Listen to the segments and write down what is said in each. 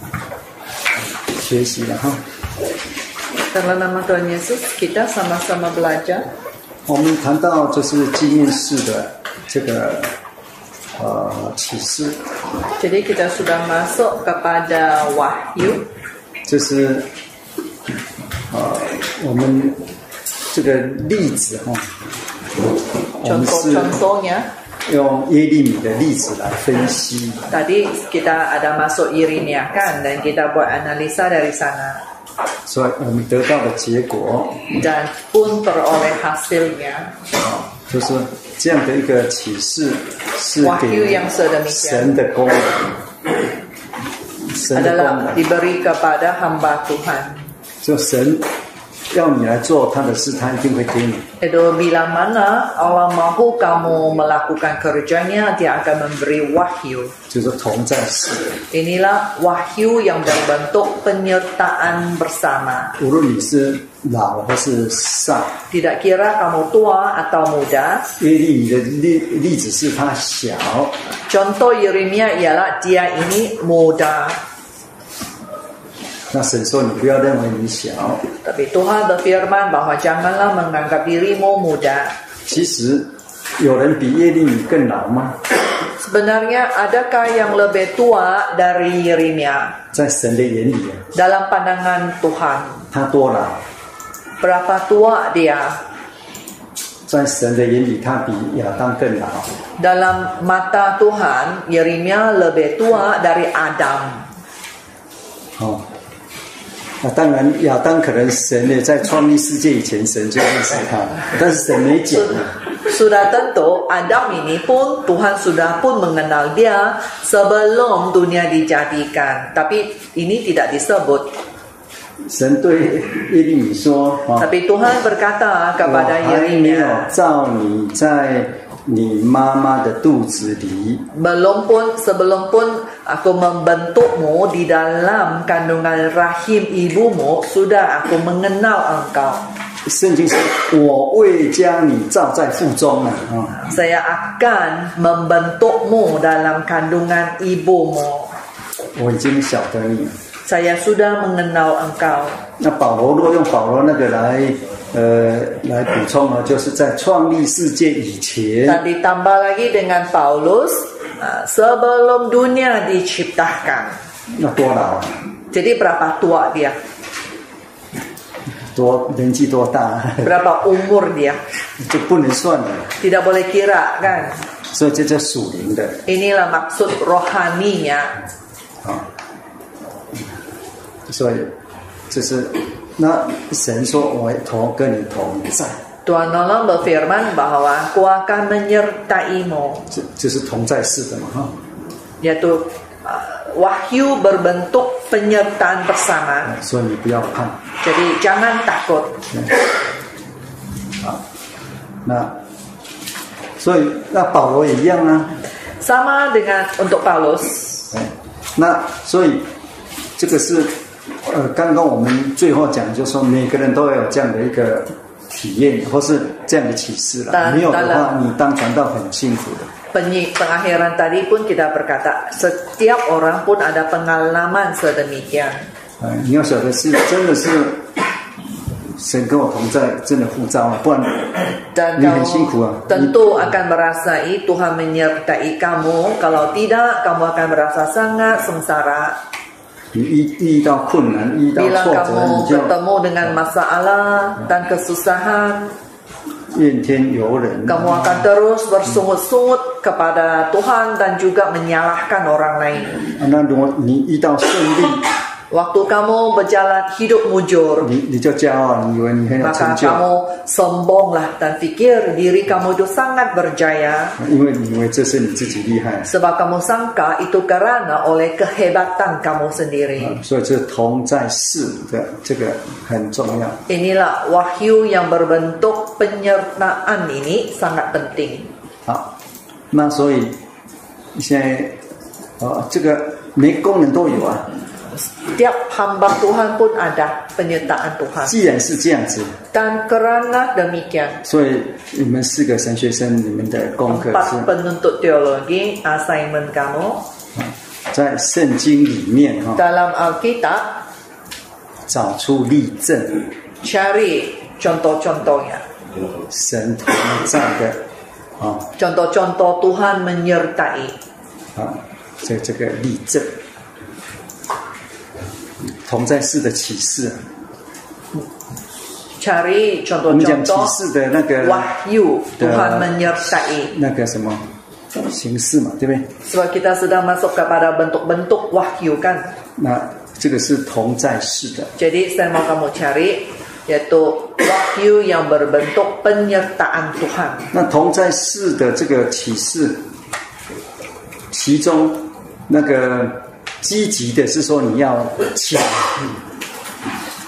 来学习了哈。 Dalam nama Tuhan Yesus, kita sama-sama belajar. 我们谈到就是纪念式的这个呃启示， Jadi kita sudah masuk kepada wahyu. 就是呃我们这个例子哈、我们是 Contoh-contohnya, 用耶利米的例子来分析。 tadi kita ada masuk Irinia kan, dan kita buat analisa dari sana. 所以我们得到的结果 Dan pun peroleh hasilnya, 啊，就是这样的一个启示，是哇又给一样色的啊明显神的功能，神的功 adalah 能， diberi kepada hamba Tuhan. 就神要你来做他的事，他一定会给你。 Itu bila mana Allah mahu kamu melakukan kerjanya, dia akan memberi wahyu. 就是同在世， Inilah wahyu yang berbentuk penyertaan bersama. 无论你是老或是少， Tidak kira kamu tua atau muda, 耶利米的例例子是他小， contoh Yeremia ialah dia ini muda. 那神说你不要认为你小， Tapi Tuhan berfirman bahwa janganlah menganggap dirimu muda. 其实有人比耶利米更老吗？ Sebenarnya adakah yang lebih tua dari Yeremia 在神的眼里啊， dalam pandangan Tuhan? 他多老？ Berapa tua dia? 在神的眼里，他比亚当更老。 Dalam mata Tuhan, Yeremia lebih tua dari Adam. 哦，那当然，亚当可能神呢在创立世界以前，神就认识他，但是神没讲啊。 Sudah tentu Adam ini pun Tuhan sudah pun mengenal dia sebelum dunia dijadikan. Tapi ini tidak disebut. 神对耶利米说：“啊、 Tapi Tuhan berkata 我 kepada 哦还没有 Yeremia, 照你在你妈妈的肚子里。 belum pun sebelum pun aku membentukmu di dalam kandungan rahim ibumu, sudah aku mengenal engkau. ”圣经说：“我未将你造在腹中啊！”啊、 Saya akan membentukmu dalam kandungan ibumu. 我已经晓得你了。 Saya sudah mengenal engkau. 那保罗若用保罗那个来，呃，来补充啊，就是在创立世界以前， Dan ditambah lagi dengan Paulus uh, sebelum dunia diciptakan. 那多老啊， Jadi berapa tua dia? 多年纪多大，啊 Berapa umur dia? 就不能算了。 Tidak boleh kira kan? 所以这叫属灵的 Inilah maksud rohaninya. 啊。所以就是那神说：“我同跟你同在。 Tuhan Allah berfirman bahwa aku akan menyertaimu. ”这就是同在式的嘛哈。 Yaitu uh, wahyu berbentuk penyertaan bersama. 所以你不要怕 Jadi jangan takut. 啊。那所以那保罗也一样啊。 Sama dengan untuk Paulus. 哎，那所以这个是呃，刚刚我们最后讲，就是说每个人都要有这样的一个体验，或是这样的启示当了。没有的当话，你当传道很辛苦的。 Penyi, pengakhiran tadi pun kita berkata setiap orang pun ada pengalaman sedemikian. 呃，你要晓得是真的是神跟我同在，真的护照啊，不然 Dan 你很 kamu 辛苦啊。你 tentu akan merasai Tuhan menyertai kamu. Kalau tidak, kamu akan merasa sangat sengsara. 你遇遇到困难，遇到 Bila 挫折， kamu 你就 ketemu dengan masalah dan kesusahan, 怨天尤人。啊 kamu akan terus bersungut-sungut kepada Tuhan dan juga menyalahkan orang lain. 那如果你遇到顺利， Waktu kamu berjalan hidup mujur, 你你就骄傲，你以为你很有成 Maka 就。 kamu sombonglah dan pikir diri kamu itu sangat berjaya 因为你以为这是你自己厉害， sebab kamu sangka itu karena oleh kehebatan kamu sendiri. 啊所以这同在世的这个很重要。 Inilah wahyu yang berbentuk penyertaan ini sangat penting. 好，那所以现在哦，这个每个功能都有啊。 Tiap hamba Tuhan pun ada penyertaan Tuhan. 既然是这样子， Dan kerana demikian, 所以你们四个神学生，你们的功课 empat 是 penuntut teologi assignment kamu 在圣经里面哈、 Dalam Alkitab 找出例证， cari contoh-contohnya. 神同在的啊 Contoh-contoh Tuhan menyertai. 啊，这这个例证，同在世的启示，啊 Cari 我们讲启 contoh-contoh 示的那个 wahyu Tuhan Dan- menyertai. 那个什么形式嘛，对不对？ Sebab kita sedang masuk kepada bentuk-bentuk wahyu kan. 那这个是同在世的， Jadi saya mau kamu cari yaitu wahyu yang berbentuk penyertaan Tuhan. 那同在世的这个启示，其中那个积极的是说你要抢，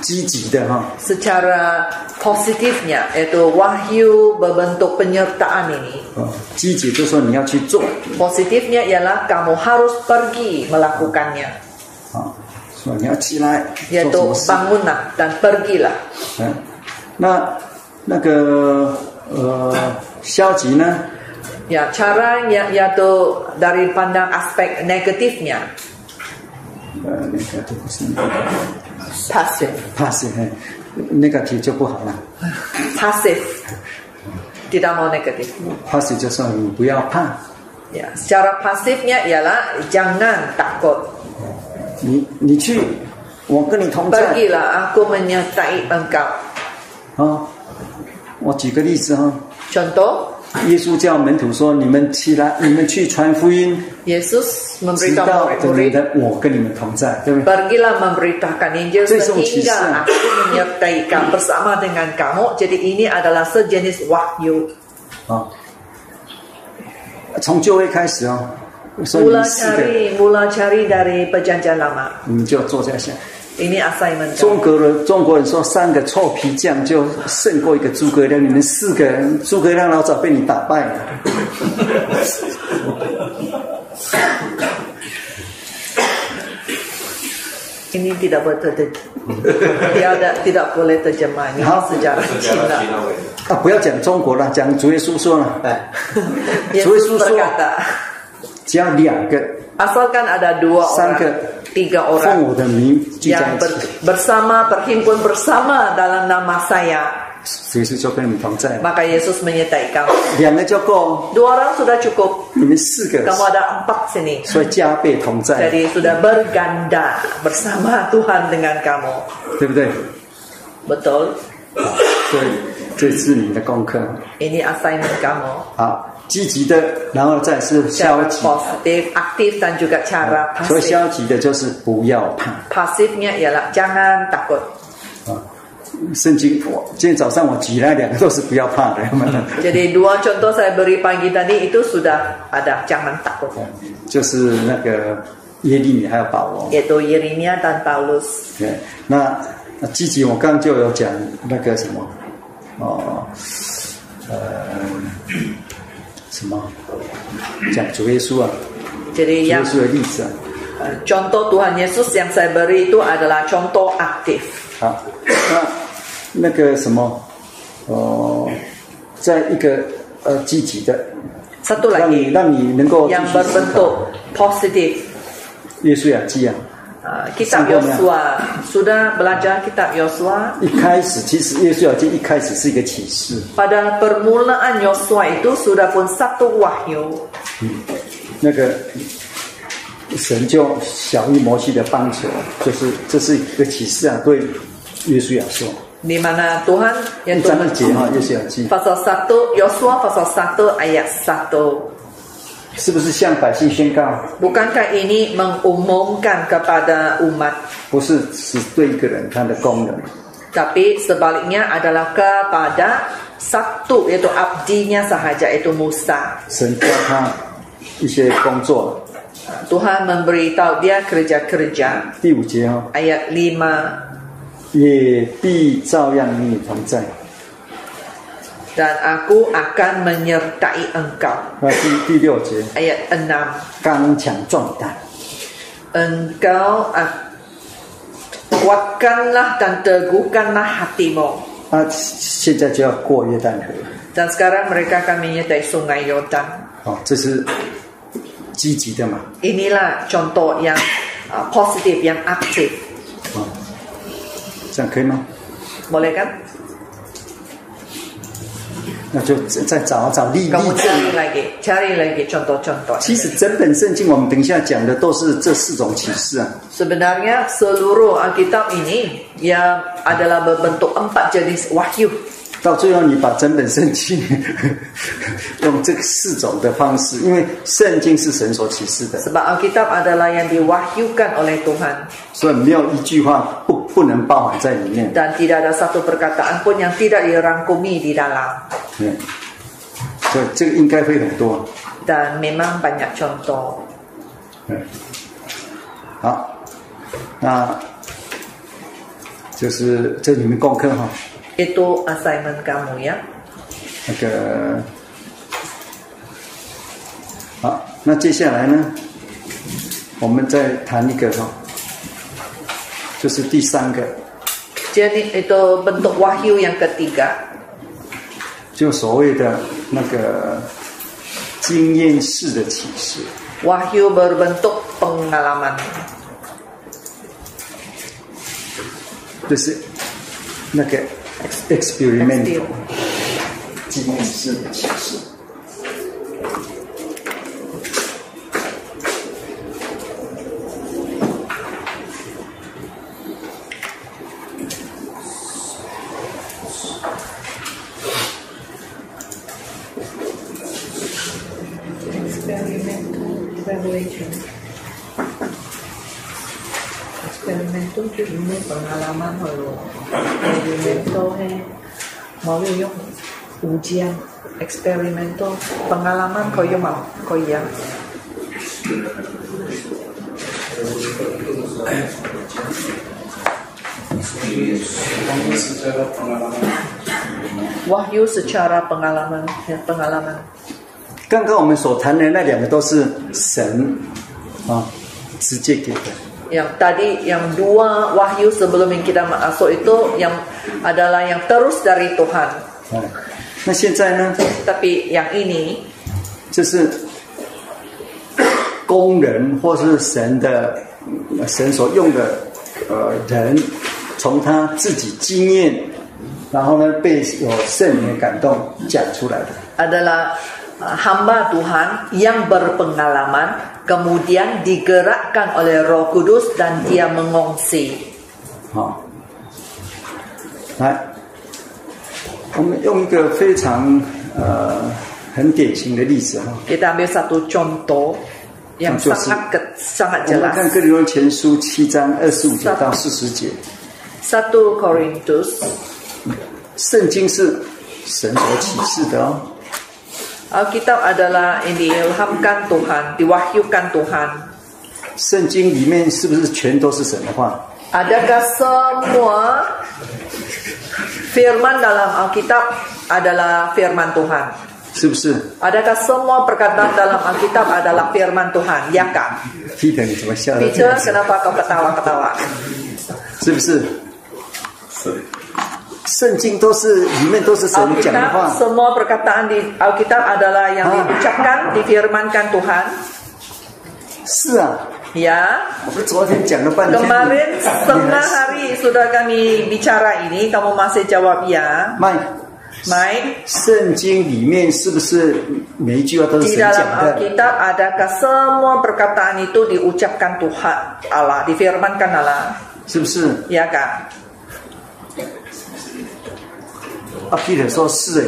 积极的哈、 Secara positifnya yaitu wahyu berbentuk penyertaan ini. 哦，积极就说你要去做 Positifnya ialah kamu harus pergi melakukannya 啊，说你要起来做什 yaitu 么事， bangunlah dan pergilah. 嗯，那那个呃消极呢， Ya, caranya yaitu dari pandang aspek negatifnya 呃那个就不是 pasif. pass 嘿，那个题就不好了 pasif tidak mau negatif ，pass 就说你不要怕， ya secara pasifnya ialah jangan takut 你你去，我跟你同在。 pergilah aku menyertai engkau 啊，我举个例子哈、 contoh 耶稣叫门徒说：“你们起来，你们去传福音， Yesus 直 memberitahu 到等你 murid-murid 的我跟你们同在，对不对 pergilah memberitakan Injil Itu yang sehingga kisah. aku menyertai kamu bersama dengan kamu jadi ini adalah sejenis wahyu？” 啊，从就会开始哦，所以你 mula 们四个 cari mula cari dari perjanjian lama 你们就坐下想。 ini assignment 中 kamu. 国人中国人说三个臭皮匠就胜过一个诸葛亮，你们四个人诸葛亮老早被你打败了。 ini tidak betul tidak tidak boleh terjemah ini Hah? sejarah Cina 啊，不要讲中国了，讲主耶稣说了，哎， 主耶 Yesus 稣说， berkata, 只要两个 asalkan ada dua orang, Sangka. tiga 奉 orang 我的名聚在 yang 一 ber- 起。 bersama berhimpun bersama dalam nama saya, 所以是就跟你们同在， maka Yesus menyertai kamu. 两个就够， Dua orang sudah cukup, 你们四个， kamu ada empat sini. 所以加倍同在， Jadi sudah berganda bersama Tuhan dengan kamu. 对不对？ Betul? 所以这是你的功课 Ini assignment kamu. 啊，积极的，然后再是消 Cara 极， positif, aktif dan juga cara 所以 pasif. 消极的就是不要怕 Pasifnya ialah jangan takut. 啊。圣经，我今天早上我举那两个都是不要怕的，有没 有 Jadi dua contoh saya beri pagi tadi itu sudah ada jangan takut 就是那个耶利米还有保罗， yaitu Yeremia dan Paulus. 对，那那积极我刚刚就有讲那个什么，哦，呃，什么讲主耶稣啊，主 Jadi 耶 yang 稣的例子啊， eh, contoh Tuhan Yesus yang saya beri itu adalah contoh aktif. 好，那那个什么，哦、在一个呃积极的， Satu 让你 lagi 让你能够继 yang 续思考 berbentuk positif. 耶稣雅基啊， Eh, Kitab Sanggup, ya. Yosua sudah belajar Kitab Yosua. 一开始其实耶稣雅基一开始是一个启示， Pada permulaan Yosua itu sudah pun satu wahyu. 那个神就小于摩西的棒球，就是这是一个启示啊，对约书亚说， Di mana Tuhan 一 yang 章二节哈，约书亚记 pasal 1 Yosua pasal 1 ayat 1. 是不是向百姓宣告？ Bukankah ini mengumumkan kepada umat, 不是只对一个人他的功能， tapi sebaliknya adalah kepada satu yaitu abdinya sahaja yaitu Musa. 神教他一些工作。 Tuhan memberitahu dia kerja-kerja. 第五节哦， Ayat 5也必照样与你同在。 dan aku akan menyertai engkau. 那第第六节， Ayat 6刚强壮胆， engkau ah, kuatkanlah dan teguhkanlah hatimu. 啊，现在就要过约旦河。啊 Dan sekarang mereka akan menyertai sungai Yordan. 哦，这是积极的嘛。 Inilah contoh yang uh, positif, yang aktif. 哦，这样可以吗？ Boleh kan? 那就再再找找例例 Kamu 证。 cari lagi, cari lagi contoh-contoh. 其实整本圣经我们等一下讲的都是这四种启示啊。 Sebenarnya seluruh Alkitab ini yang adalah berbentuk empat jenis wahyu. 到最后，你把整本圣经用这四种的方式，因为圣经是神所启示的， Sebab Alkitab adalah yang diwahyukan oleh Tuhan 所以没有一句话不不能包含在里面。 dan tidak ada satu perkataan pun yang tidak dirangkumi di dalam. 嗯，所以这个应该会很多。 Dan memang banyak contoh. 嗯，好，那就是这里面功课哈， Itu assignment kamu ya. 那个好，那接下来呢，我们再谈一个哈，就是第三个， Jadi itu bentuk wahyu yang ketiga 就所谓的那个经验式的启示。 Wahyu berbentuk pengalaman 就是那个 ex- experimental 经验式的启示。 Experimental revelation. Experimental जो हमने pengalaman है वो experimental है eh, mau yung ujian Experimental Pengalaman kau yang mau Kau yang Wahyu secara pengalaman ya, Pengalaman 刚刚我们所谈的那两个都是神啊直接给的， Yang tadi Yang dua wahyu sebelum yang kita masuk itu Yang adalah yang terus dari Tuhan 哎、那现在呢， Tapi yang ini 就是工人或是神的呃神所用的呃人，从他自己经验，然后呢被有圣灵的感动讲出来的。 adalah uh, hamba Tuhan yang berpengalaman kemudian digerakkan oleh Roh Kudus dan dia mengongsi. 好，来，我们用一个非常呃很典型的例子哈， Kita ambil satu contoh yang Contoh Oh, kan? sangat ke- sangat 我们看 jelas. 哥林多前书七章二十五节到四十节， 1 Korintus 圣经是神所启示的哦， Alkitab adalah yang diilhamkan Tuhan, diwahyukan Tuhan. 圣经里面是不是全都是神的话？ Adakah semua firman dalam Alkitab adalah firman Tuhan? 是不是 Adakah semua perkataan dalam Alkitab adalah firman Tuhan? Ya kan? ？Peter，你怎么笑的这 Peter, 样子？ kenapa kau ketawa-ketawa? 是不是？圣经都是里面都是神讲的 Alkitab, 话， semua perkataan di Alkitab adalah yang Ah. diucapkan, difirmankan Tuhan. 是啊， Ya, 我们昨天讲了半天， kemarin 你还 setengah 是 hari sudah kami bicara ini, kamu masih jawab ya. 卖 Mike, 圣经里面是不是每一句话都是 di 神 dalam 讲的？ Alkitab adakah semua perkataan itu diucapkan Tuhan Allah, difirmankan Allah? 是不是？ Ya kan? 阿 Peter 啊说是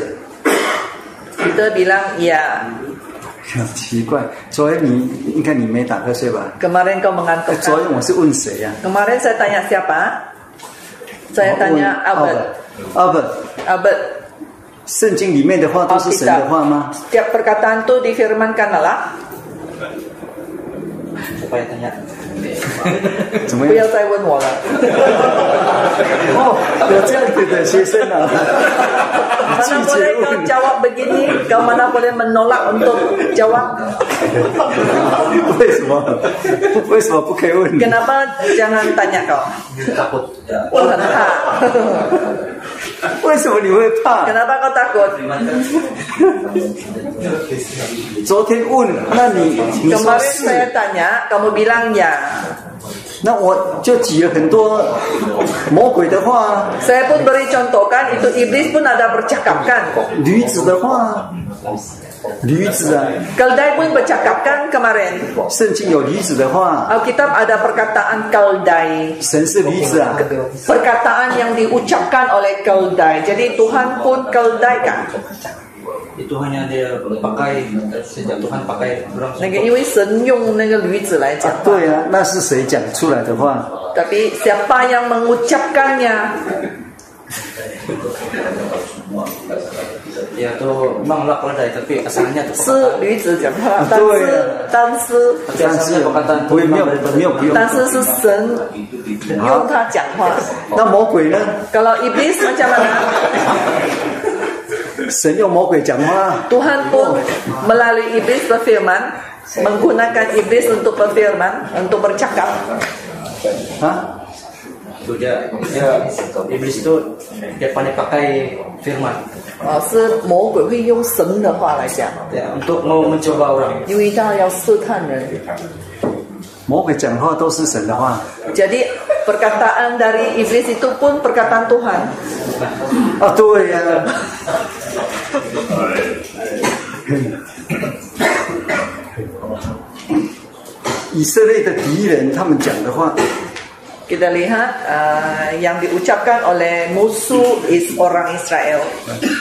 Peter bilang ya. 哎，很奇怪。昨天你应该你没打瞌睡吧？ Kemarin kau 哎 mengantuk. 昨天我是问谁呀、 Kemarin saya tanya siapa? 我 Saya 问 tanya Albert. Albert。Albert， Albert, 圣经里面的话都是神的话吗？ Setiap perkataan itu difirmankan Allah. 怎么不要样？再问我了。哦，有这样子的学生 啊， Mana 拒 boleh 绝 kau 问， jawab begini? Kau mana boleh menolak untuk jawab? 为什么？ 为什么不可以问你？ Kenapa jangan tanya kau? takut Oh, entah. 为什么你会怕？ Kenapa kau takut? 昨天问，那你你说 Kemarin 是， saya tanya, kamu bilang ya. 那我就举了很多魔鬼的话、啊 Saya pun beri contohkan, itu iblis pun ada bercakapkan kok. 驴子的话、啊驴子啊， Keldai pun bercakapkan kemarin. 圣经有驴子的话，啊 Alkitab ada perkataan keldai. 神是驴子啊， Perkataan yang diucapkan oleh keldai. Jadi Tuhan pun keldai kan? itu hanya dia pakai sejak Tuhan pakai orang 那个，因为神用那个驴子来讲，对啊，那是谁讲出来的话？ tapi siapa yang mengucapkannya? dia tuh memang lah keledai tapi asalnya tuh 是驴子讲话，但是但是 tapi 但 asalnya 是 perkataan 不会没有没有不用。但是是神用它讲话。那魔鬼呢？ Kalau iblis macam mana? 神用魔鬼讲话， Tuhan pun melalui iblis berfirman, menggunakan iblis untuk berfirman, untuk bercakap. 啊， itu dia dia iblis itu dia pandai pakai firman 啊，是魔鬼会用神的话来讲， ya untuk mau mencoba orang 因为他要试探人。魔鬼讲话都是神的话。 Jadi perkataan dari iblis itu pun perkataan Tuhan. 啊，对呀、 以色列的敌人，他们讲的话， Kita lihat eh, yang diucapkan oleh musuh is orang Israel.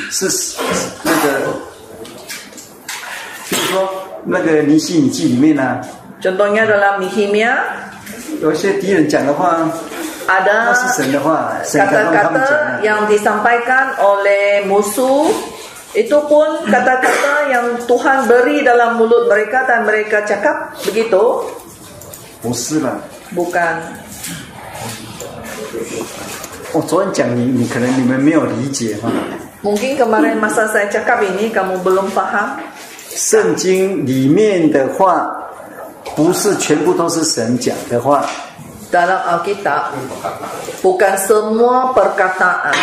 是那个，比如说那个尼西米记里面呢、 Contohnya dalam Nehemia 有一些敌人讲的话，那 ada 是神的话，神感动他们讲 kata-kata 的。 yang disampaikan oleh musuh itu pun kata-kata yang Tuhan beri dalam mulut mereka dan mereka cakap begitu 不是啦， bukan 我昨天讲你，你可能你们没有理解哈。 mungkin kemarin masa saya cakap ini kamu belum paham 圣经里面的话，不是全部都是神讲的话， dalam Alkitab bukan semua perkataan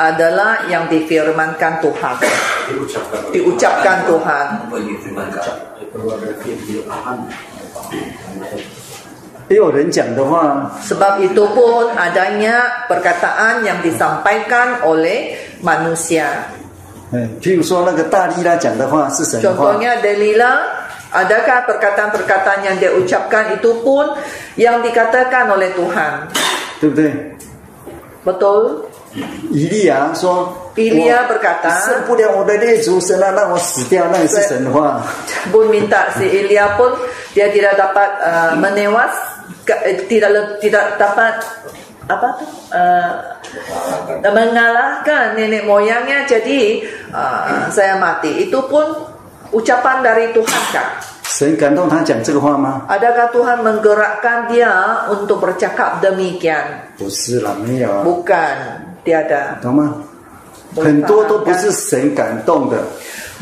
adalah yang difirmankan Tuhan diucapkan Tuhan 也有人讲的话 sebab itu pun adanya perkataan yang disampaikan oleh manusia 嗯，譬如说那个大力拉讲的话是神的话， Contohnya Delila, adakah perkataan-perkataan yang dia ucapkan itu pun yang dikatakan oleh Tuhan? 对不对？ Betul? 以利亚说：“以利亚我 berkata 受不了我的列祖神啊，让我死掉。”那也是神的话。 Bun minta si Ilya pun dia tidak dapat uh, menewas, ke- eh, tidak le- tidak dapat apa tu? Uh, mengalahkan nenek moyangnya jadi uh, saya mati itu pun ucapan dari Tuhan kan 神感动他讲这个话吗？ adakah Tuhan menggerakkan dia untuk bercakap demikian 不是啦，没有啊， Bukan, tiada. 懂吗？懂很多都不懂是神感动的，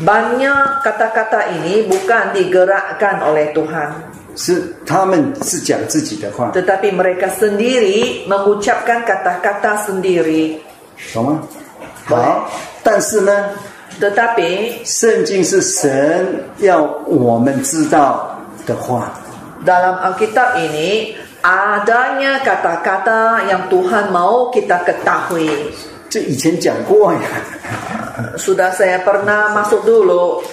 Banyak kata-kata ini bukan digerakkan oleh Tuhan, 是他们是讲自己的话， tetapi mereka sendiri mengucapkan kata-kata sendiri. 懂吗？好，但是呢， Tetapi 圣经是神要我们知道的话， dalam Alkitab ini adanya kata-kata yang Tuhan mau kita ketahui. 这以前讲过呀， Sudah saya pernah masuk dulu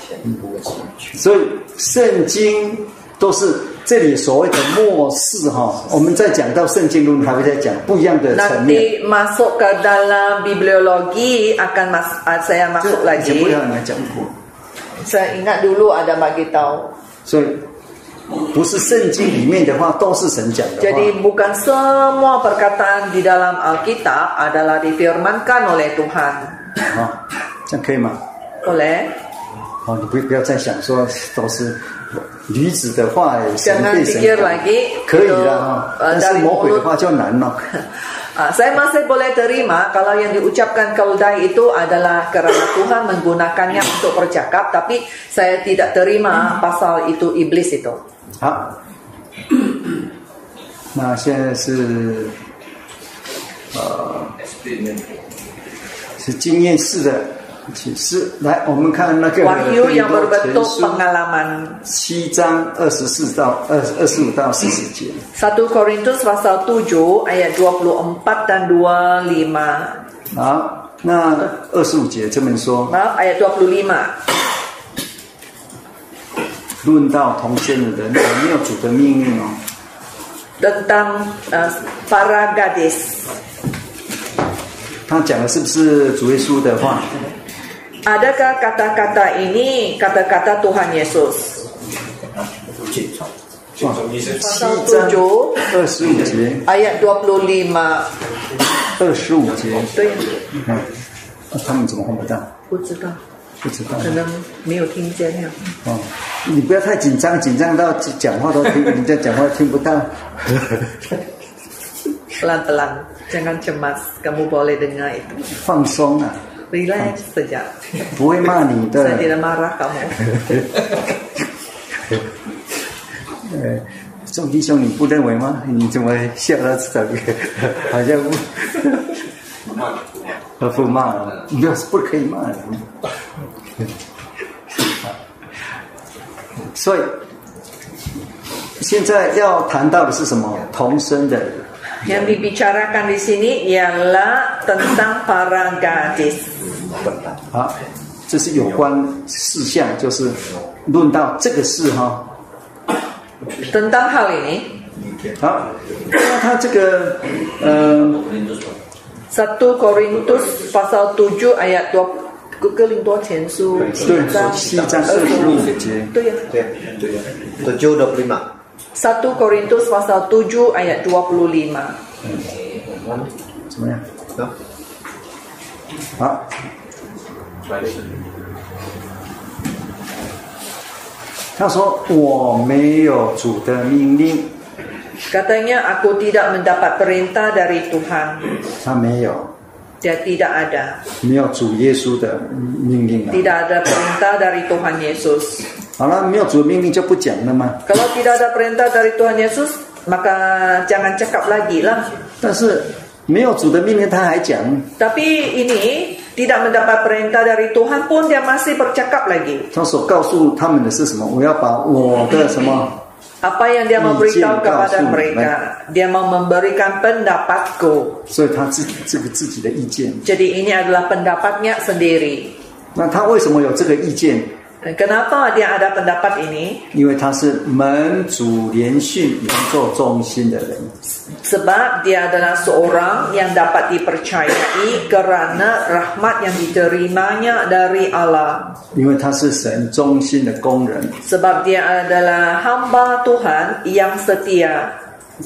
所以圣经都是这里所谓的末世哈。我们在讲到圣经论，还会再讲不一样的层面， Nanti masuk ke dalam bibliologi akan mas, saya 这以前 masuk lagi. 不要来讲过， Saya ingat dulu ada bagi tahu. 所以不是圣经里面的话都是神讲的 Jadi 话， bukan semua perkataan di dalam Alkitab adalah difirmankan oleh Tuhan. 啊，这样可以吗？ Boleh? 哦，你不不要再想说都是女子的话，神 Jangan 被神 pikir 感 lagi 可以 itu, 的哈， uh, 但是 dari 魔鬼的 mulut. 话就难了。 Ah, saya masih boleh terima kalau yang diucapkan Kaudai itu adalah kerana Tuhan menggunakannya untuk bercakap, tapi saya tidak terima pasal itu iblis itu. 好， 那现在是呃，是经验式的启示。来，我们看那个 Wahyu 更 yang 多前 berbentuk 书 pengalaman. 七章二十四到二二十五到四十节。 1 Korintus pasal 7 ayat 24 dan 25. 好，那二十五节这么说， Maaf, ayat 25. 论到同性的人有没有主的命令哦？ Tentang eh, para gadis. 他讲的是不是主耶稣的话？ Adakah kata-kata ini kata-kata Tuhan Yesus? 哇，七章 Pasal 7二十五节， ayat 25. 二十五节，对，嗯，那他们怎么看不到？不知道，不知道可能没有听见呀。哦，你不要太紧张，紧张到讲话都听人家讲话听不到。 Pelan-pelan, jangan cemas. Kamu boleh dengar itu. 放松啊， Relax saja. 不会骂你 Saya 的。 tidak marah kamu. 呃，众弟兄，你不认为吗？你怎么笑到这个？ 好像不，呃不骂了，没有不可以骂 人。所以现在要谈到的是什么？同生的人 Yang dibicarakan di sini ialah tentang para gadis. 啊，这是有关事项，就是论到这个事哈。 Tentang hal ini, 好，那他这个呃1 Korintus pasal 7 ayat 20 ke ke Lintua Chensu 对，七章二十五节。 Itu ya. tujuh dua puluh lima 1 Korintus pasal 7 ayat 25. 怎么样？好，他说我没有主的命令， Katanya aku tidak mendapat perintah dari Tuhan. 他没有 Dia tidak ada. 没有主耶稣的命令啊。 Tidak ada perintah dari Tuhan Yesus. 好了，没有主的命令就不讲了嘛。 Kalau tidak ada perintah dari Tuhan Yesus, maka jangan cakap lagi lah. 但是没有主的命令，他还讲， Tapi ini tidak mendapat perintah dari Tuhan pun dia masih bercakap lagi. 他所告诉他们的是什么？我要把我的什么？ Apa yang dia mau Izin beritahu kepada palsu, mereka, dia mau memberikan pendapatku. 所以他自己这个自己的意见。 Jadi ini adalah pendapatnya sendiri. 那他为什么有这个意见？ Dan Kenapa dia ada pendapat ini? 因为他是门主连续能够忠心的人。 Sebab dia adalah seorang yang dapat dipercayai kerana rahmat yang diterimanya dari Allah. 因为他是神忠心的工人， Sebab dia adalah hamba Tuhan yang setia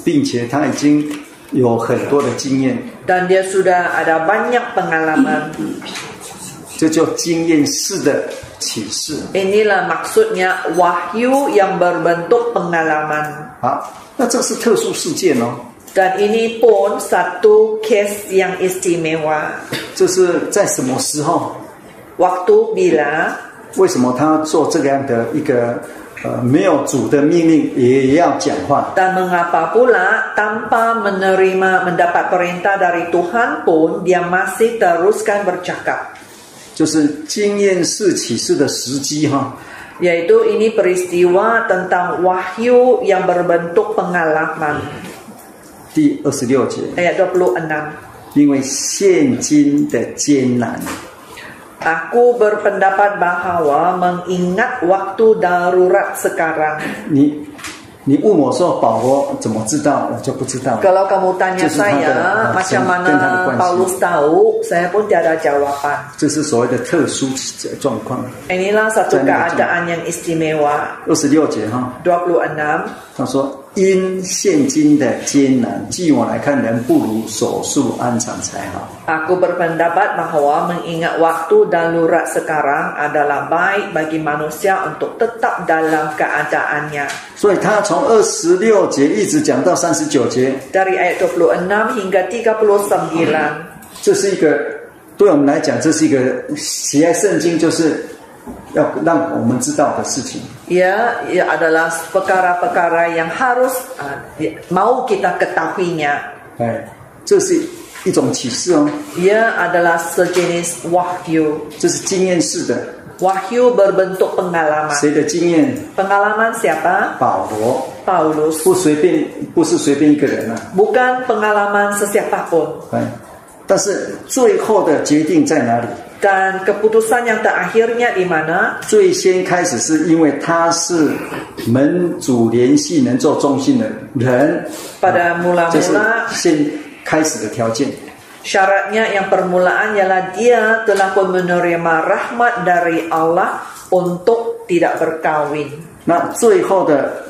并且他已经有很多的经验， dan dia sudah ada banyak pengalaman. 这叫经验式的启示。 Inilah maksudnya wahyu yang berbentuk pengalaman. 好，那这是特殊事件哦， Dan ini pun satu kes yang istimewa. 这是在什么时候？ Waktu bila 为什么他做这样的一个呃没有主的命令也要讲话？ dan mengapa pula tanpa menerima mendapat perintah dari Tuhan pun dia masih teruskan bercakap. 就是经验式启示的时机哈、 Yaitu ini peristiwa tentang wahyu yang berbentuk pengalaman. 第二十六节， ayat 26. 因为现今的艰难， Aku berpendapat bahwa mengingat waktu darurat sekarang. 你你问我说保罗怎么知道，我就不知道。 Kalau kamu tanya Just saya another, uh, macam some- mana then ada kuansi. Paulus tahu, saya pun tiada jawaban. 这是所谓的特殊状况。 Inilah satu Saya ni keadaan yang istimewa. 二十六节哈， 26. 他说：“因现今的艰难，据我来看，人不如手术安常才好。 Aku berpendapat bahwa mengingat waktu darurat sekarang adalah baik bagi manusia untuk tetap dalam keadaannya. ”所以他从二十六节一直讲到三十九节， Dari ayat 26 hingga 39. 这是一个对我们来讲，这是一个喜爱圣经，就是要让我们知道的事情。 Ia, ia adalah ah, perkara-perkara yang harus uh, di- mau kita ketahuinya. 哎，这是一种启示哦， Ia adalah sejenis wahyu. 这是经验式的。 Wahyu berbentuk pengalaman. 谁的经验？ Pengalaman siapa? 保罗 Paulus. 不随便，不是随便一个人啊。 Bukan pengalaman sesiapa pun. 哎，但是最后的决定在哪里？ Dan keputusan yang terakhirnya di mana? 最先开始是因为他是门主联系能做中心的人， Pada 这是 mula-mula 先开始的条件。 syaratnya yang permulaan ialah dia telah pun menerima rahmat dari Allah untuk tidak berkawin. 那最后的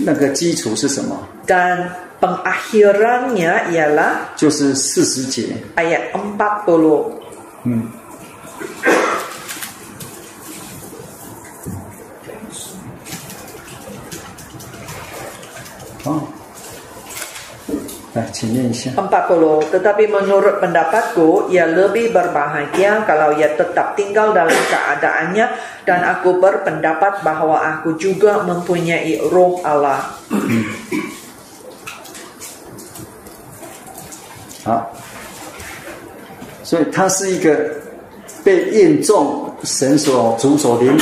那个基础是什么？ Dan pengakhirannya ialah 就是四十节， ayat 40. 嗯，哦，来，请念一下。 40. Tetapi menurut pendapatku, ia lebih berbahagia kalau ia tetap tinggal dalam keadaannya dan aku berpendapat bahwa aku juga mempunyai roh Allah. 好，所以他是一个被验证神所主所怜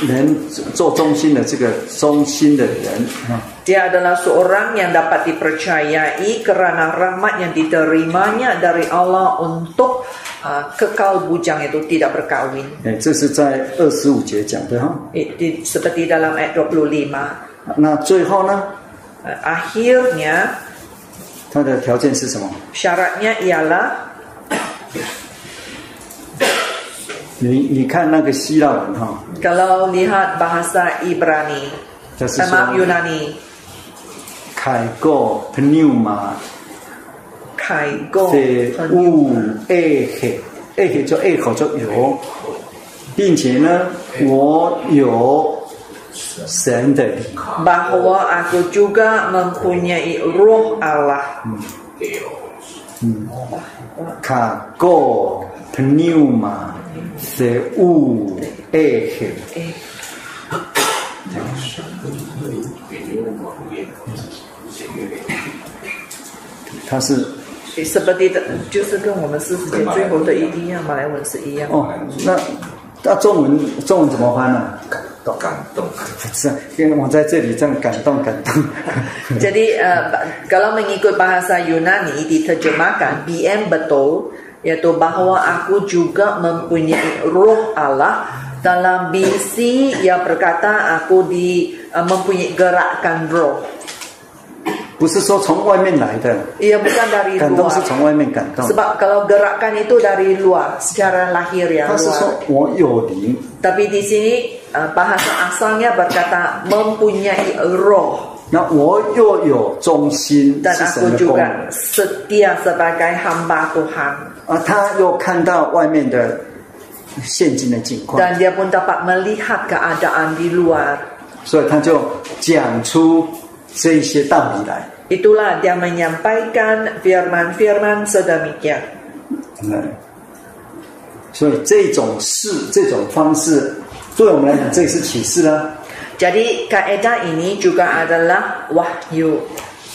悯的人做中心的这个中心的人啊。 Dia adalah seorang yang dapat dipercayai kerana rahmat yang diterimanya dari Allah untuk uh, kekal bujang itu tidak berkawin. 哎，这是在二十五节讲的哈。 Eh, di- Seperti dalam ayat 25. 那最后呢， Uh, Akhirnya, 他的条件是什么？ syaratnya ialah 你你看那个希腊文哈， Kalau lihat bahasa Ibrani, That's eh, Islam. maaf Yunani, 凯过 pneuma kaigo, 这物爱黑，爱黑就爱口就有，并且呢，我有神的灵。 bahwa aku juga mempunyai roh Allah. 卡过 pneuma 是物诶嘿，Eh, 它是 Eh, Seperti te- 就是跟我们四十天最后的一一样，马来文是一样。哦，那那中文中文怎么翻呢、 感动，不是，因为我在这里这样感动感动。 Jadi eh, ba- kalau mengikut bahasa Yunani diterjemahkan BM betul yaitu bahwa aku juga mempunyai roh Allah dalam BC yang berkata aku di eh, mempunyai gerakan roh. 不是说从外面来的， Ia bukan dari 感动 luar. 是从外面感动， Sebab kalau gerakan itu dari luar secara lahir yang 他是说 luar. 我有灵， Tapi di sini eh, bahasa asalnya berkata mempunyai roh. 那我又有忠心， dan 是 aku 神的功能 juga setia sebagai hamba Tuhan 啊，他又看到外面的现今的境况， dan dia pun dapat melihat keadaan di luar 所以他就讲出这一些道理来。 itulah dia menyampaikan firman-firman sedemikian 嗯，所以这种事，这种方式，对我们来讲，这也是启示啊啦、 jadi kaedah ini juga adalah wahyu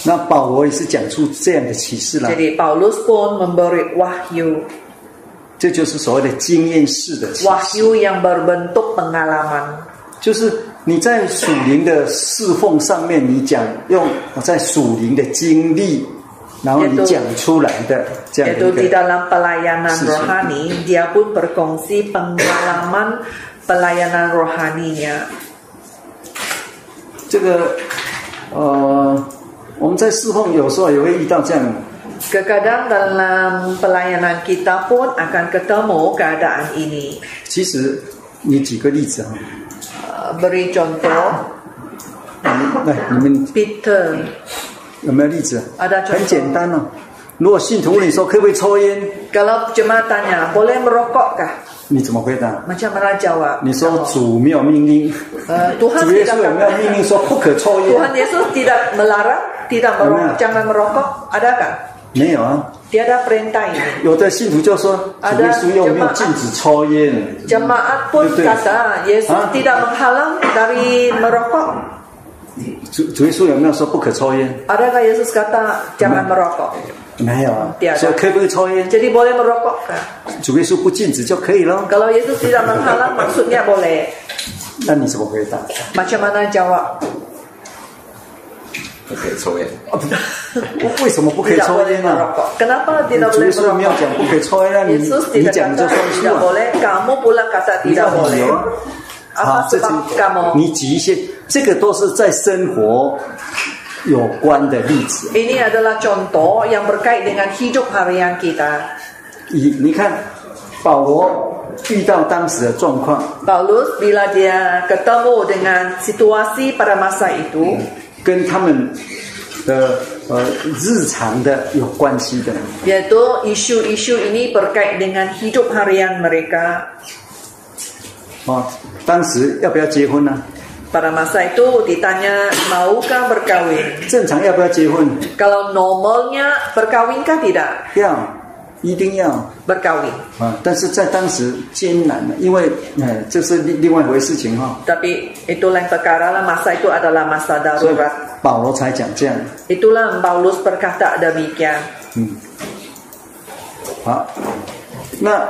那保罗也是讲出这样的启示来， jadi Paulus pun memberi wahyu 这就是所谓的经验式的启示， wahyu yang berbentuk pengalaman 就是你在属灵的侍奉上面，你讲用我在属灵的经历，然后你讲出来的这样的 yaitu 一 di 个， dalam pelayanan Sisi. rohani dia pun berkongsi pengalaman pelayanan rohaninya 这个呃，我们在侍奉有时候也会遇到这样的。 Kekadang dalam pelayanan kita pun akan ketemu keadaan ini. 其实你举个例子啊， Uh, Beri contoh, 你来你们 Peter 有没有例子？啊大家很简单哦。如果信徒问你说可不可以抽烟， kalau jemaat tanya, boleh merokokkah? 你怎么回答？ Macam mana jawab? eh, 你说 Kamu, 主没有命令，呃主主耶稣有没有命令说不可抽 Tuhan 烟？ Yesus tidak melarang, tidak merokok, Amen. jangan merokok, adakah? 没有啊。 Dia ada perintah ini. 有的信徒就说啊主耶稣又没有禁止抽烟， Jemaat pun Betul. kata, "Ah, Yesus Hah? tidak menghalang dari merokok. 主主耶稣有没有说不可抽烟？ Adakah Yesus kata jangan Amen. merokok? 没有啊对啊，所以可不可以抽烟？ Jadi boleh merokok kah? 主耶稣不禁止就可以咯。 Kalau Yesus tidak menghalang maksudnya boleh. 那你怎么回答？ Macam mana jawab? 不可以抽烟。为为什么不可以 Tidak 抽 boleh 烟呢、啊？ merokok. Kenapa 主耶 tidak boleh 稣没有 merokok? 讲不可以抽烟，那啊你 Yesus 你 tidak 讲就 kata 算数 tidak 啊。 boleh, kamu pula kata 你 tidak 要理 boleh. 由 Apa 啊这 sebab kamu? 你举一些，这个都是在生活有关的例子。 Ini adalah contoh yang berkait dengan hidup harian kita. 你你看，保罗遇到当时的状况， Paulus bila dia ketemu dengan situasi pada masa itu, 跟他们的呃日常的有关系的。 yaitu isu-isu ini berkait dengan hidup harian mereka. 哦，当时要不要结婚呢、 Pada masa itu ditanya, maukah berkawin? 正常要不要结婚？ Kalau normalnya berkawinkah tidak? 要，一定要 Berkawin. 啊！但是在当时艰难的，因为哎，这是另另外一回事情哈、 Tapi itu lain perkara lah, masa itu adalah masa 所以 darurat. 保罗才讲这样。 Itulah Paulus berkata demikian. 好，那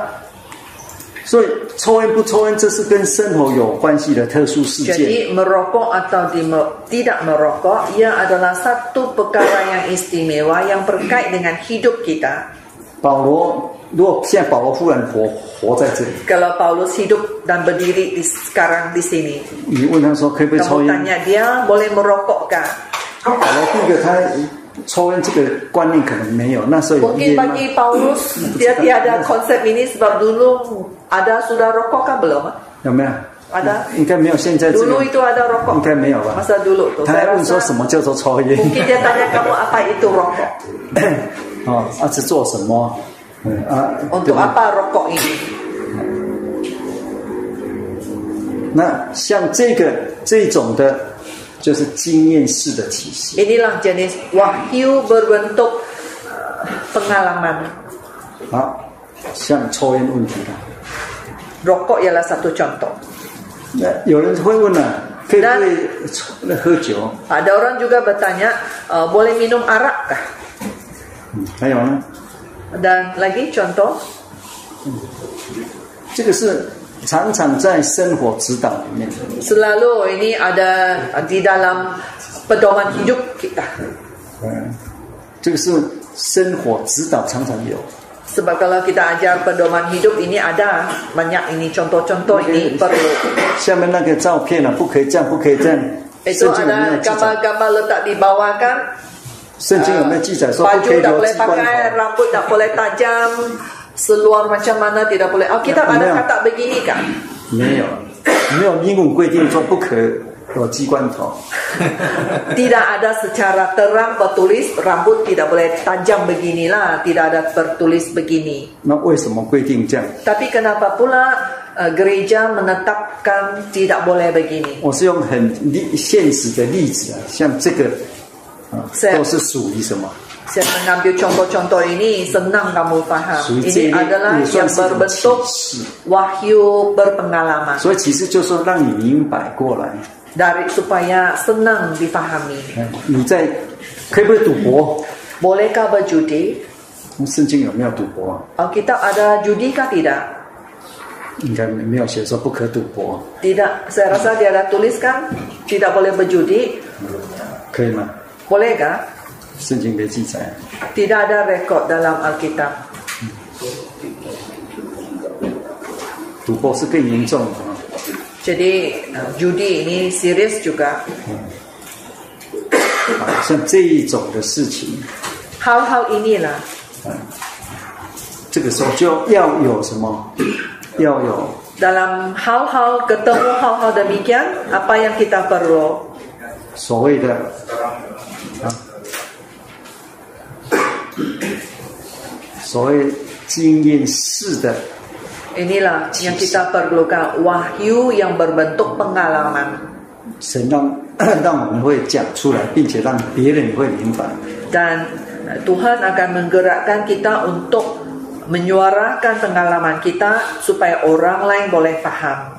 所以抽烟不抽烟，这是跟生活有关系的特殊事件。 Jadi merokok atau dime- tidak merokok ia adalah satu perkara yang istimewa yang berkait dengan hidup kita. 保罗，如果现在保罗忽然活活在这里， Kalau Paulus hidup dan berdiri di sekarang di sini, 你问他说可不可以抽烟？kamu tanya dia boleh merokokkah? 保罗第一个他抽烟这个观念可能没有，那时候有 Mungkin 烟吗？ bagi Paulus dia tiada konsep ini sebab dulu ada sudah rokok kah belum? ah. 有没有？ Ada. 应该没有现在这 Dulu 个。 itu ada 应 rokok. 该没有吧？ Masa dulu tu. 他 Saya 还问说什 rasa 么叫做抽烟？ mungkin dia tanya kamu apa itu rokok? 哦，啊，是做什么？嗯啊，对 Untuk 吧？ apa rokok ini? 那像这个这种的，就是经验式的启示。 Inilah jenis wahyu berbentuk uh, pengalaman. 好，啊像抽烟问题的， Rokok ialah satu contoh. 那有人会问了、可以不可以抽那喝酒？ Ada orang juga bertanya, uh, boleh minum arak kah? 嗯，还有呢， Dan lagi contoh, 这个是常常在生活指导里面的。 selalu ini ada di dalam pedoman hidup kita. 嗯，这个是生活指导常常有。 Sebab kalau kita ajar pedoman hidup ini ada banyak ini contoh-contoh ini perlu. 下面那个照片呢、啊，不可以这样，不可以这样。 Itu 圣经有没有 ada 记载？ gambar-gambar letak di bawah kan. 圣经有没有记载说不 baju 可以 tak 留 boleh 器官 pakai, 头？ rambut tak boleh tajam, seluar macam mana tidak boleh. Oh, kita Ya, ada benar. kata begini kan? 没有，没有明文规定说不可有鸡冠头。 Tidak ada secara terang bertulis rambut tidak boleh tajam beginilah, tidak ada bertulis begini. 那为什么规定这样？ Tapi kenapa pula eh, gereja menetapkan tidak boleh begini? 我是用很例现实的例子啊，像这个，啊、是都是属于什么？ Saya mengambil contoh-contoh ini senang kamu faham. Suci ini Ini adalah ini yang suci berbentuk suci. wahyu berpengalaman 所以其实就说让你明白过来， dari supaya senang dipahami. 嗯你在可以不可以赌博？ Bolehkah berjudi? 圣经有没有赌博啊？ Alkitab ada judi kah tidak? 应该没有写说不可赌博， Tidak, saya rasa dia ada tuliskan tidak boleh berjudi. 可以吗？ Bolehkah? 圣经没记载啊。 Tidak ada rekod dalam Alkitab. 赌博是更严重的啊。 Jadi eh, judi ini serius 啊 juga. 嗯像这一种的事情， Hal-hal inilah 这个时候就要有什么？要有 dalam hal-hal ketemu hal-hal demikian apa yang kita perlu 所谓的啊，所谓经验式的 inilah yang kita perlukan wahyu yang berbentuk pengalaman 神让让我们会讲出来，并且让别人会明白。 dan eh, Tuhan akan menggerakkan kita untuk menyuarakan pengalaman kita supaya orang lain boleh faham.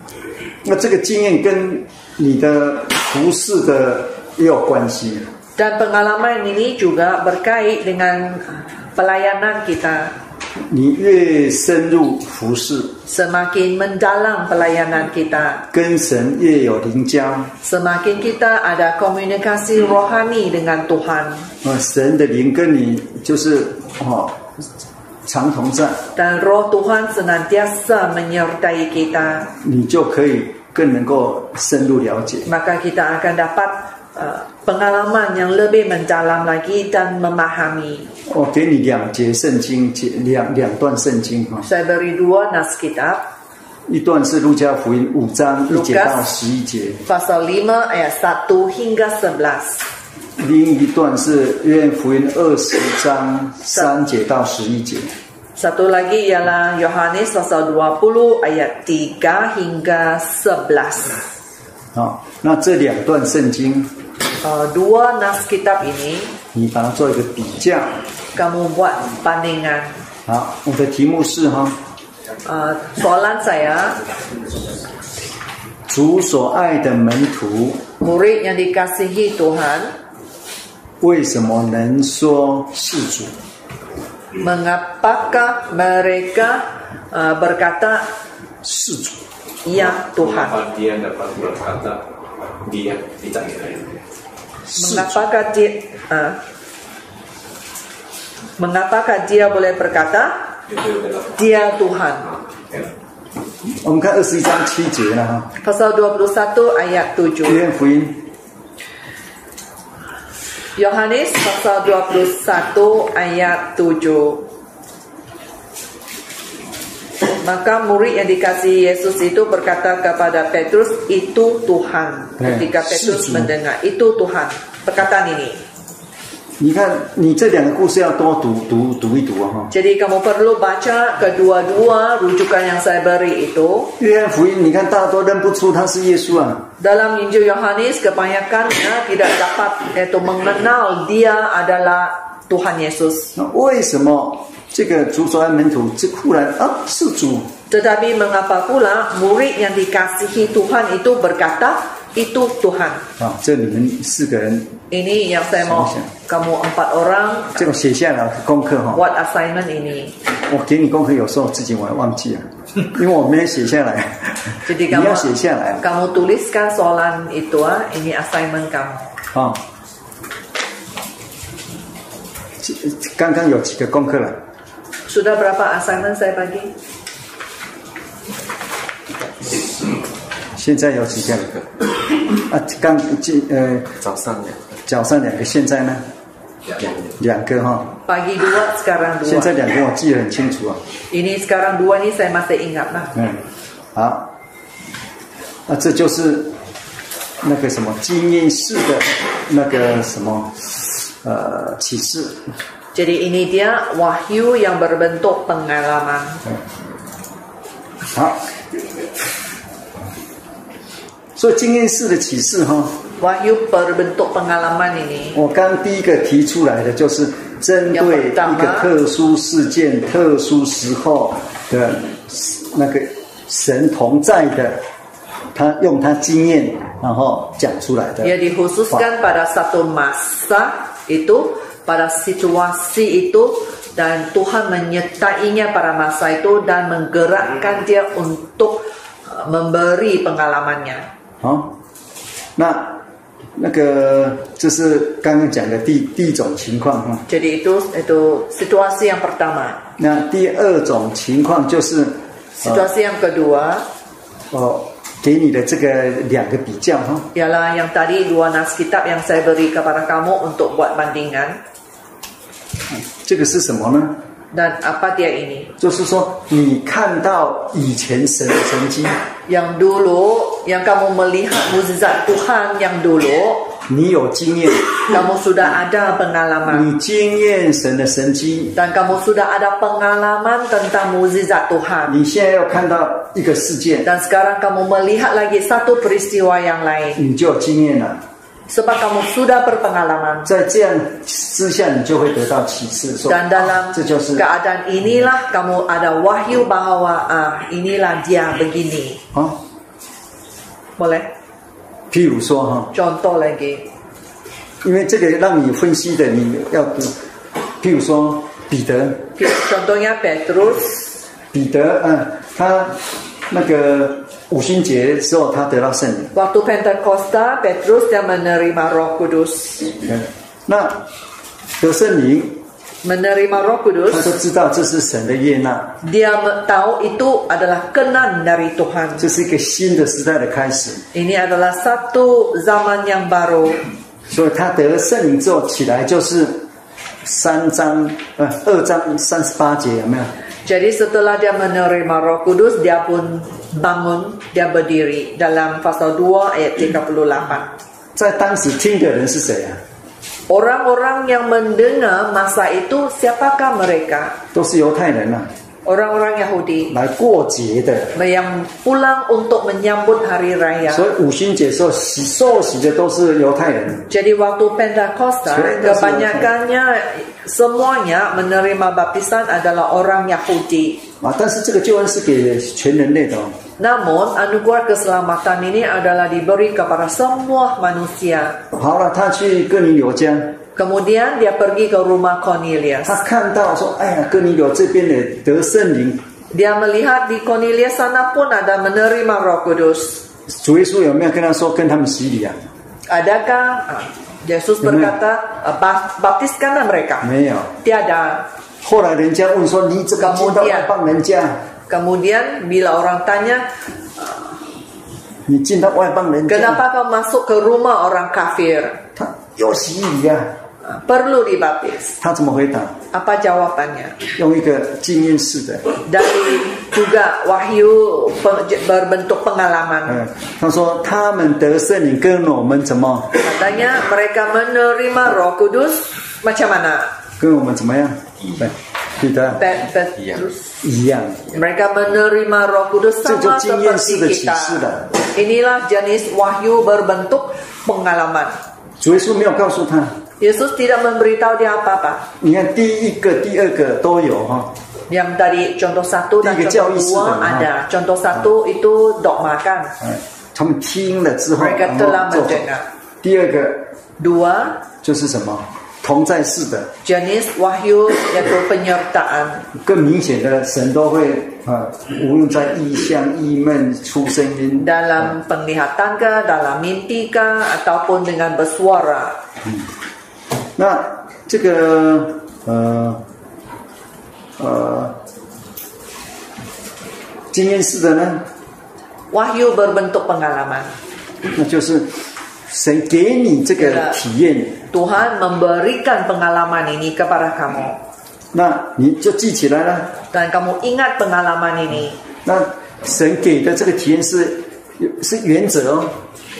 那这个经验跟你的服饰的也有关系。 Dan pengalaman ini juga berkait dengan pelayanan kita, 你越深入服侍， semakin mendalam pelayanan kita, 跟神越有灵交，啊、 semakin kita ada komunikasi rohani dengan Tuhan. 哦神的灵跟你就是哦常同在， Dan roh Tuhan senantiasa menyertai kita. 你就可以更能够深入了解。 Maka kita akan dapat uh, pengalaman yang lebih mendalam lagi dan memahami. 我给你两节圣经，节两两段圣经哈， Saya beri dua nas kitab. 一段是路加福音五章一节 Lucas 到十一节， Pasal 5 ayat 1 hingga 11. 另一段是约翰福音二十章三节到十一节。 Satu lagi ialah Yohanes pasal 20 ayat 3 hingga 11. 好，啊那这两段圣经， Uh, dua nas kitab ini 你把它做一个比较。 kamu buat bandingan. 好，我的题目是哈， Uh, soalan saya, 主所爱的门徒 murid yang dikasihi Tuhan, 为什么能说是主？ mengapakah mereka uh, berkata 是主， ya Tuhan? Mengapa dia dapat berkata dia ditanggilkan? 是主。 Mengapakah dia uh, mengapakah dia boleh berkata Itu adalah dia Tuhan? ya. 我们看二十一章七节了哈， Pasal 21 ayat 7. 约翰福音 Yohanes pasal 21 ayat 7 Maka murid yang dikasihi Yesus itu berkata kepada Petrus itu Tuhan Eh, Ketika Petrus setuju. mendengar itu Tuhan Perkataan ini 你看，你这两个故事要多读读读一读啊哈。 Jadi kamu perlu baca kedua-dua rujukan yang saya beri itu 约翰福音，你看大家都认不出他是耶稣啊， Dalam Injil Yohanes kebanyakannya tidak dapat yaitu mengenal dia adalah Tuhan Yesus 那为什么这个主所爱门徒这忽然啊是主？ Tetapi mengapa pula murid yang dikasihi Tuhan itu berkata, itu Tuhan. 啊，这你们四个人， Ini yang saya mau Sama-sama. kamu empat orang 这个写下来功课哈、 buat assignment ini. 我给你功课，有时候自己我也忘记了，因为我没有写下来。 Jadi 你 kamu 要写下来 kamu tuliskan soalan itu ah, ini assignment kamu. 啊。这刚刚有几个功课了？ Sudah berapa assignment saya bagi? 现在有几个了？啊，刚这呃早上的，脚上两个，现在呢？两个哈、 Pagi dua, sekarang 现在 dua. 两个我记得很清楚啊。 Ini sekarang dua ini saya masih ingat nah. lah. 嗯，好，啊，这就是那个什么经验式的那个什么呃启示。 Jadi ini dia wahyu yang berbentuk pengalaman. 好，所以经验式的启示哈， Wahyu berbentuk pengalaman ini. 我刚第一个提出来的就是针对一个特殊事件、特殊时候的那个神同在的，他用他经验然后讲出来的。 Dia dikhususkan pada satu masa itu, pada situasi itu, dan Tuhan menyertainya pada masa itu dan menggerakkan dia untuk uh, memberi pengalamannya. 好，那那个就是刚刚讲的第第一种情况哈。 Jadi itu itu situasi yang pertama. 那第二种情况就是，呃， Situasi yang kedua 哦，给你的这个两个比较哈。 ialah yang tadi dua nas kitab yang saya beri kepada kamu untuk buat bandingan 这个是什么呢？ dan apa dia ini? 就是说，你看到以前神的神迹， Yang dulu yang kamu melihat mukjizat Tuhan yang dulu 你有经验， kamu sudah ada pengalaman 你经验神的神迹， dan kamu sudah ada pengalaman tentang mukjizat Tuhan 你现在要看到一个事件， dan sekarang kamu melihat lagi satu peristiwa yang lain 你就有经验了。 sebab kamu sudah berpengalaman 在这样之下，你就会得到启示，说 dan dalam 这就是。 keadaan inilah kamu ada wahyu bahwa ah, inilah dia begini 啊， boleh 譬如说哈， contoh lagi 因为这个让你分析的，你要读。譬如说，彼得， Contohnya Petrus 彼得，嗯，他那个五旬节之后，他得到圣灵。 waktu Pentakosta Petrus yang menerima Roh Kudus 嗯，那得圣灵， menerima Roh 他就 Kudus 知道这是神的悦纳， dia me- tahu itu adalah kenan dari Tuhan 这是一个新的时代的开始。 ini adalah satu zaman yang baru 所以他得了圣灵之后起来，就是三章呃二章三十八节有没有？ jadi setelah dia menerima Roh Kudus dia pun bangun dia berdiri dalam pasal 2 ayat 38在当时听的人是谁啊？ orang-orang yang mendengar masa itu siapakah mereka 都是犹太人啊， orang-orang Yahudi 来过节的。 yang pulang untuk menyambut hari raya 所以五旬节的时候，洗受洗的都是犹太人， Jadi waktu Pentakosta Sebenarnya kebanyakannya semuanya menerima baptisan adalah orang Yahudi. 啊，但是这个救恩是给全人类的哦。 Namun anugerah keselamatan ini adalah diberi kepada semua manusia. 好了，他去哥尼流家， Kemudian dia pergi ke rumah Cornelius. 他看到说，哎呀，哥尼流这边也得圣灵， Dia melihat di Cornelius sana pun ada menerima Roh Kudus. 主耶稣有没有跟他说跟他们洗礼啊？ Adakah ah, Yesus Benar. berkata, "Ah, bap- baptiskanlah mereka. 没有。 Tiada. 后来人家问说，你怎么知道要帮人家？ Kemudian bila orang tanya, 你进到外邦人家， Kenapa kau masuk ke rumah orang kafir? 他有洗礼啊， Perlu dibaptis. 他怎么回答？ Apa jawabannya? 用一个经验式的， Dari juga wahyu pe- berbentuk pengalaman. 嗯，他说他们得圣灵跟我们怎么， Katanya mereka menerima Roh Kudus macam mana? 跟我们怎么样？对，彼得 Pe- Iya. Petrus. 一样， Mereka menerima Roh Kudus sama Itu jin yang sudah seperti kita. jin sudah. Inilah jenis wahyu berbentuk pengalaman. 主耶稣没有告诉他。 Yesus tidak memberitahu dia apa-apa. 你看第一个、第二个都有哈， Yang tadi contoh satu dan Tiga contoh jauh isi Hmm. dua dah. ada. Contoh satu itu dogma kan. 哎，他们听了之后， Mereka 然 telah 后做。 mendengar. 第二个 Dua, 就是什么？同在式的， jenis wahyu yaitu penyertaan. 更明显的，神都会啊，无论在异象、异梦、出声音，啊 Dalam penglihatan ke, dalam mimpi ke, ataupun dengan bersuara. 那这个呃呃，经验式的呢， Wahyu berbentuk pengalaman. 那就是神给你这个体验， Tuhan memberikan pengalaman ini kepada kamu. 那你就记起来了。 Dan kamu ingat pengalaman ini. 那神给的这个体验是是原则哦，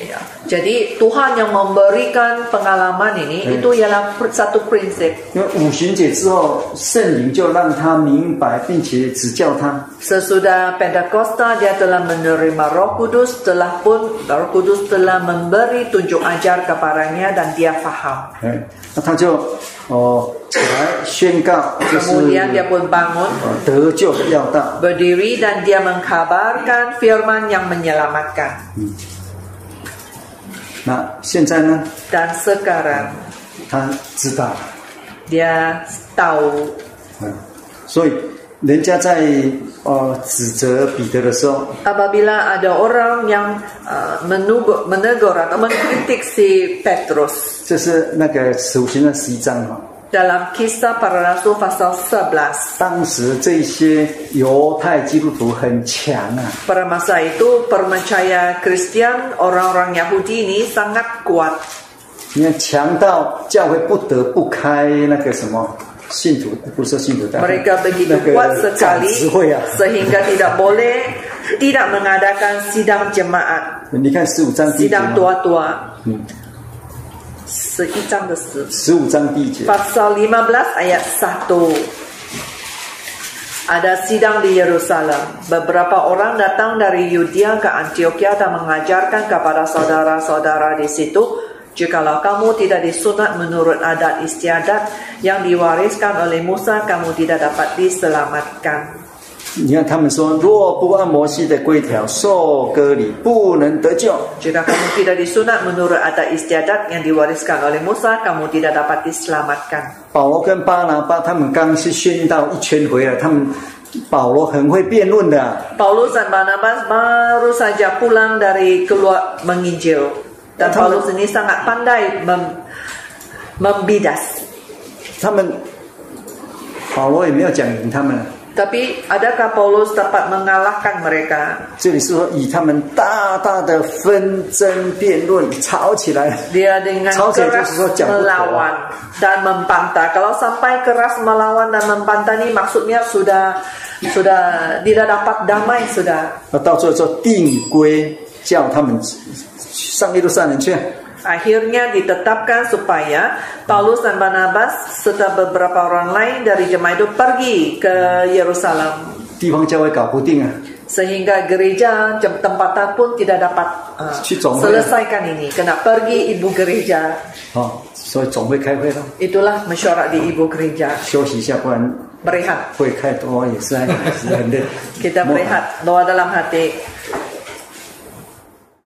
Ya. Jadi Tuhan yang memberikan pengalaman ini Hmm. itu ialah pr- satu prinsip. 因为五旬节之后，圣灵就让他明白，并且指教他。 Sesudah Pentakosta dia telah menerima Roh Kudus, telah pun Roh Kudus telah memberi tunjuk ajar kepadanya dan dia faham. 哎，那他就哦起来宣告，就是、 Kemudian dia pun bangun, 呃得救的要道。 berdiri dan dia mengkabarkan firman yang menyelamatkan. 那现在呢， Dan sekarang 他知道了， dia tahu. 嗯，所以人家在呃指责彼得的时候， Apabila ada orang yang uh, menugu- menegur atau mengkritik si Petrus 这是那个使徒行传十一章哈、 dalam kisah para rasul pasal 11. 当时这些犹太基督徒很强啊， Pada masa itu percaya Kristen orang-orang Yahudi ini sangat kuat 你看强到教会不得不开那个什么信徒，不是说信徒大会， Mereka 那 begitu 个 kuat 长 sekali 执会啊。 sehingga tidak boleh tidak mengadakan sidang jemaat, 你看十五章第一节嘛，sidang tua-tua. Hmm. Seijang besi. 十五章第一节， Pasal 15 ayat 1. Ada sidang di Yerusalem. Beberapa orang datang dari Yudea ke Antioquia dan mengajarkan kepada saudara-saudara di situ, jikalau kamu tidak disunat menurut adat istiadat yang diwariskan oleh Musa, kamu tidak dapat diselamatkan. 你看他们说，若不按摩西的规条受割礼，不能得救。 Jika kamu tidak disunat menurut adat istiadat yang diwariskan oleh Musa, kamu tidak dapat diselamatkan. 保罗跟巴拿巴他们刚去宣道一圈回来，他们保罗很会辩论的啊、 Paulus dan Barnabas baru saja pulang dari keluar menginjil. Dan Betul. Paulus ini sangat pandai mem- membidas. 他们保罗也没有讲赢他们啊， Tapi adakah Paulus dapat mengalahkan mereka? 这里是说以他们大大的纷争辩论吵起来， Dia dengan Sao saya keras terus jam betul? melawan dan membantah. Kalau sampai keras melawan dan membantah ini maksudnya sudah sudah tidak dapat damai sudah. 那到最后说定规叫他们上耶路撒冷去啊， Akhirnya ditetapkan supaya Paulus dan Barnabas serta beberapa orang lain dari jemaat itu pergi ke Yerusalem 地方教会搞不定啊， sehingga gereja jem- tempatan pun tidak dapat uh, Si Chong. selesaikan ini kena pergi ibu gereja 哦，所以总会开会了， itulah mesyuarat di ibu gereja 休息一下，不然 berehat 会开多也是很啊也是很累。 kita 莫 berehat doa dalam hati